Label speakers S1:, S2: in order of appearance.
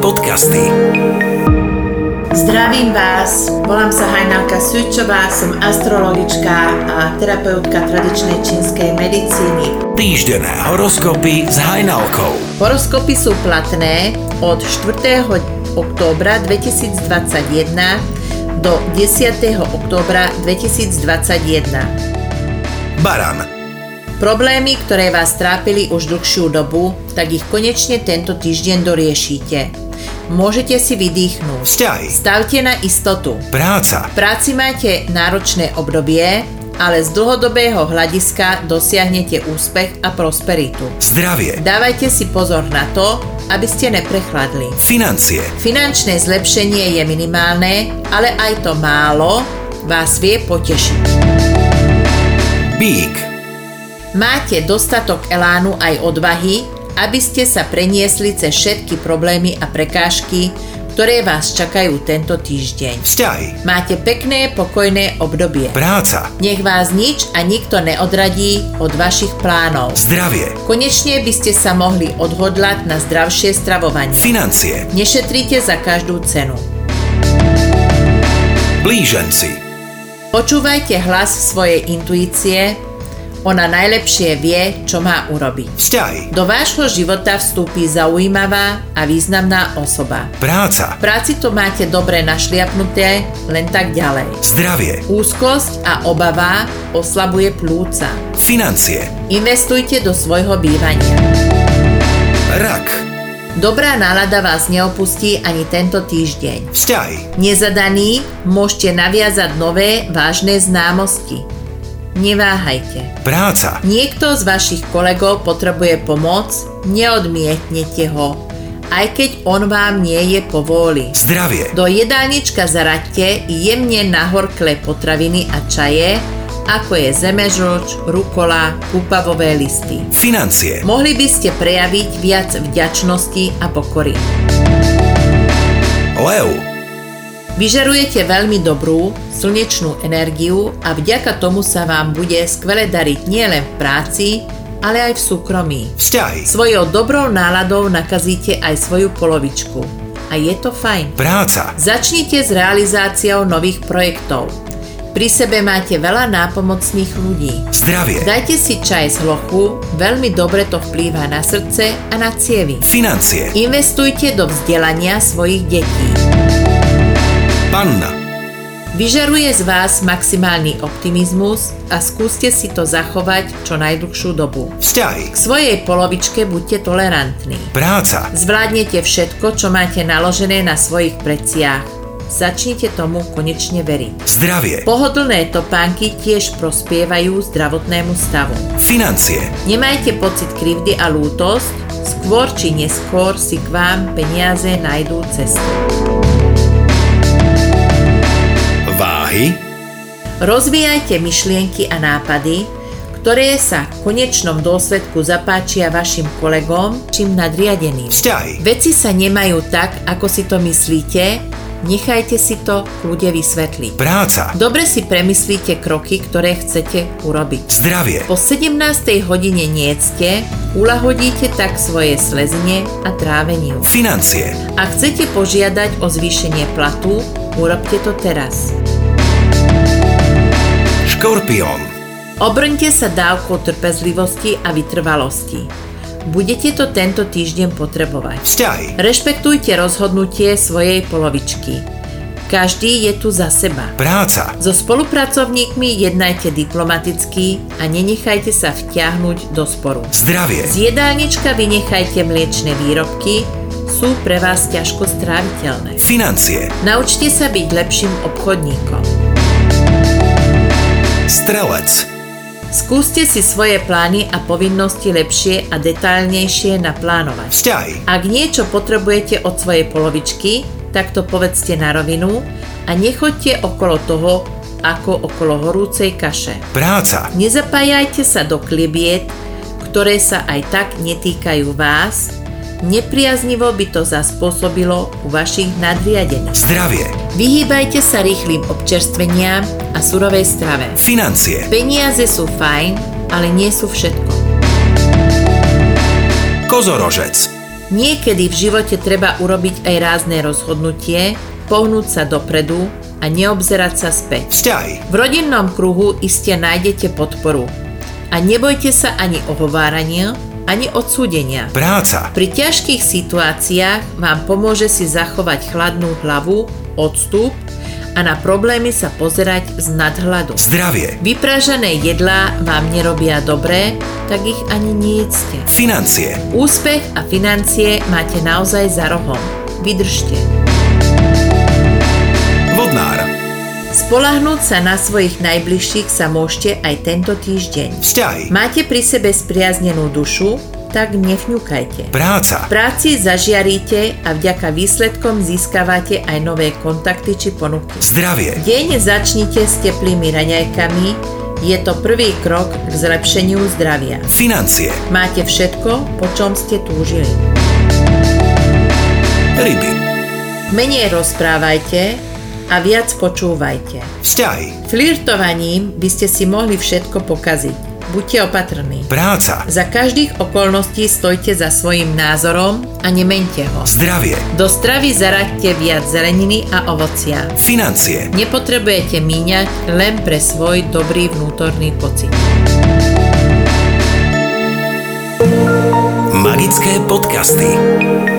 S1: Podcasty.
S2: Zdravím vás, volám sa Hajnalka Sučová, som astrologička a terapeutka tradičnej čínskej medicíny.
S1: Týždené horoskopy s Hajnalkou.
S2: Horoskopy sú platné od 4. októbra 2021 do 10. októbra 2021.
S1: Baran,
S2: Problémy, ktoré vás trápili už dlhšiu dobu, tak ich konečne tento týždeň doriešite. Môžete si vydýchnuť.
S1: vzťahy,
S2: Stavte na istotu.
S1: práca,
S2: V práci máte náročné obdobie, ale z dlhodobého hľadiska dosiahnete úspech a prosperitu.
S1: zdravie,
S2: Dávajte si pozor na to, aby ste neprechladli.
S1: financie,
S2: Finančné zlepšenie je minimálne, ale aj to málo vás vie potešiť.
S1: bík,
S2: Máte dostatok elánu aj odvahy, aby ste sa preniesli cez všetky problémy a prekážky, ktoré vás čakajú tento týždeň.
S1: vzťahy,
S2: Máte pekné, pokojné obdobie.
S1: práca,
S2: Nech vás nič a nikto neodradí od vašich plánov.
S1: zdravie,
S2: Konečne by ste sa mohli odhodlať na zdravšie stravovanie.
S1: financie,
S2: Nešetrite za každú cenu.
S1: blíženci,
S2: Počúvajte hlas svojej intuície, ona najlepšie vie, čo má urobiť.
S1: vzťahy,
S2: Do vášho života vstúpi zaujímavá a významná osoba.
S1: práca,
S2: V práci to máte dobre našliapnuté, len tak ďalej.
S1: zdravie,
S2: Úzkosť a obava oslabuje plúca.
S1: financie,
S2: Investujte do svojho bývania.
S1: rak,
S2: Dobrá nálada vás neopustí ani tento týždeň.
S1: vzťahy,
S2: Nezadaní môžete naviazať nové vážne známosti. Neváhajte.
S1: práca,
S2: Niekto z vašich kolegov potrebuje pomoc, neodmietnete ho, aj keď on vám nie je povôli.
S1: zdravie,
S2: Do jedálnička zaraďte jemne nahorklé potraviny a čaje, ako je zemežoč, rukola, kúpavové listy.
S1: financie,
S2: Mohli by ste prejaviť viac vďačnosti a pokory.
S1: lev,
S2: Vyžarujete veľmi dobrú slnečnú energiu a vďaka tomu sa vám bude skvele dariť nielen v práci, ale aj v súkromí.
S1: vzťahy,
S2: Svojou dobrou náladou nakazíte aj svoju polovičku. A je to fajn.
S1: práca,
S2: Začnite s realizáciou nových projektov. Pri sebe máte veľa nápomocných ľudí.
S1: zdravie,
S2: Dajte si čaj z hlochu, veľmi dobre to vplýva na srdce a na cievy.
S1: financie,
S2: Investujte do vzdelania svojich detí.
S1: panna,
S2: Vyžaruje z vás maximálny optimizmus a skúste si to zachovať čo najdlhšiu dobu.
S1: vzťahy,
S2: K svojej polovičke buďte tolerantní.
S1: práca,
S2: Zvládnete všetko, čo máte naložené na svojich pleciach. Začnite tomu konečne veriť.
S1: zdravie,
S2: Pohodlné topánky tiež prospievajú zdravotnému stavu.
S1: financie,
S2: Nemajte pocit krivdy a lútosť, skôr či neskôr si k vám peniaze nájdú cestu.
S1: váhy,
S2: Rozvíjajte myšlienky a nápady, ktoré sa v konečnom dôsledku zapáčia vašim kolegom čím nadriadeným.
S1: vzťahy,
S2: Veci sa nemajú tak, ako si to myslíte, nechajte si to ľude vysvetliť.
S1: práca,
S2: Dobre si premyslíte kroky, ktoré chcete urobiť.
S1: zdravie,
S2: Po 17. hodine niecte, ulahodíte tak svoje slezne a tráveniu.
S1: financie,
S2: Ak chcete požiadať o zvýšenie platu, urobte to teraz.
S1: škorpión,
S2: Obrňte sa dávkou trpezlivosti a vytrvalosti. Budete to tento týždeň potrebovať.
S1: vzťahy,
S2: Rešpektujte rozhodnutie svojej polovičky. Každý je tu za seba.
S1: práca,
S2: So spolupracovníkmi jednajte diplomaticky a nenechajte sa vtiahnuť do sporu.
S1: zdravie,
S2: Z jedálnička vynechajte mliečne výrobky, sú pre vás ťažko stráviteľné.
S1: financie,
S2: Naučte sa byť lepším obchodníkom.
S1: strelec,
S2: Skúste si svoje plány a povinnosti lepšie a detailnejšie naplánovať.
S1: vzťahy,
S2: Ak niečo potrebujete od svojej polovičky, tak to povedzte na rovinu a nechoďte okolo toho, ako okolo horúcej kaše.
S1: práca,
S2: Nezapájajte sa do klibiet, ktoré sa aj tak netýkajú vás, nepriaznivo by to zaspôsobilo u vašich nadriadených.
S1: zdravie,
S2: Vyhýbajte sa rýchlým občerstveniam a surovej strave.
S1: financie,
S2: Peniaze sú fajn, ale nie sú všetko.
S1: kozorožec,
S2: Niekedy v živote treba urobiť aj rázne rozhodnutie, pohnúť sa dopredu a neobzerať sa späť.
S1: Vzťahy.
S2: V rodinnom kruhu iste nájdete podporu. A nebojte sa ani ohovárania, ani odsúdenia.
S1: Práca.
S2: Pri ťažkých situáciách vám pomôže si zachovať chladnú hlavu, odstup a na problémy sa pozerať z nadhľadu.
S1: Zdravie.
S2: Vypražené jedlá vám nerobia dobre, tak ich ani nejedzte.
S1: Financie.
S2: Úspech a financie máte naozaj za rohom. Vydržte.
S1: Vodnár.
S2: Spolahnúť sa na svojich najbližších sa môžete aj tento týždeň.
S1: Vzťahy.
S2: Máte pri sebe spriaznenú dušu, tak nevňukajte.
S1: Práca.
S2: V práci zažiaríte a vďaka výsledkom získavate aj nové kontakty či ponuky.
S1: Zdravie.
S2: Deň začnite s teplými raňajkami, je to prvý krok k zlepšeniu zdravia.
S1: Financie.
S2: Máte všetko, po čom ste túžili.
S1: Ryby.
S2: Menej rozprávajte a viac počúvajte.
S1: Vzťahy.
S2: Flirtovaním by ste si mohli všetko pokaziť. Buďte opatrní.
S1: Práca.
S2: Za každých okolností stojte za svojim názorom a nemente ho.
S1: Zdravie.
S2: Do stravy zaraďte viac zeleniny a ovocia.
S1: Financie.
S2: Nepotrebujete míňať len pre svoj dobrý vnútorný pocit.
S1: Magické podcasty.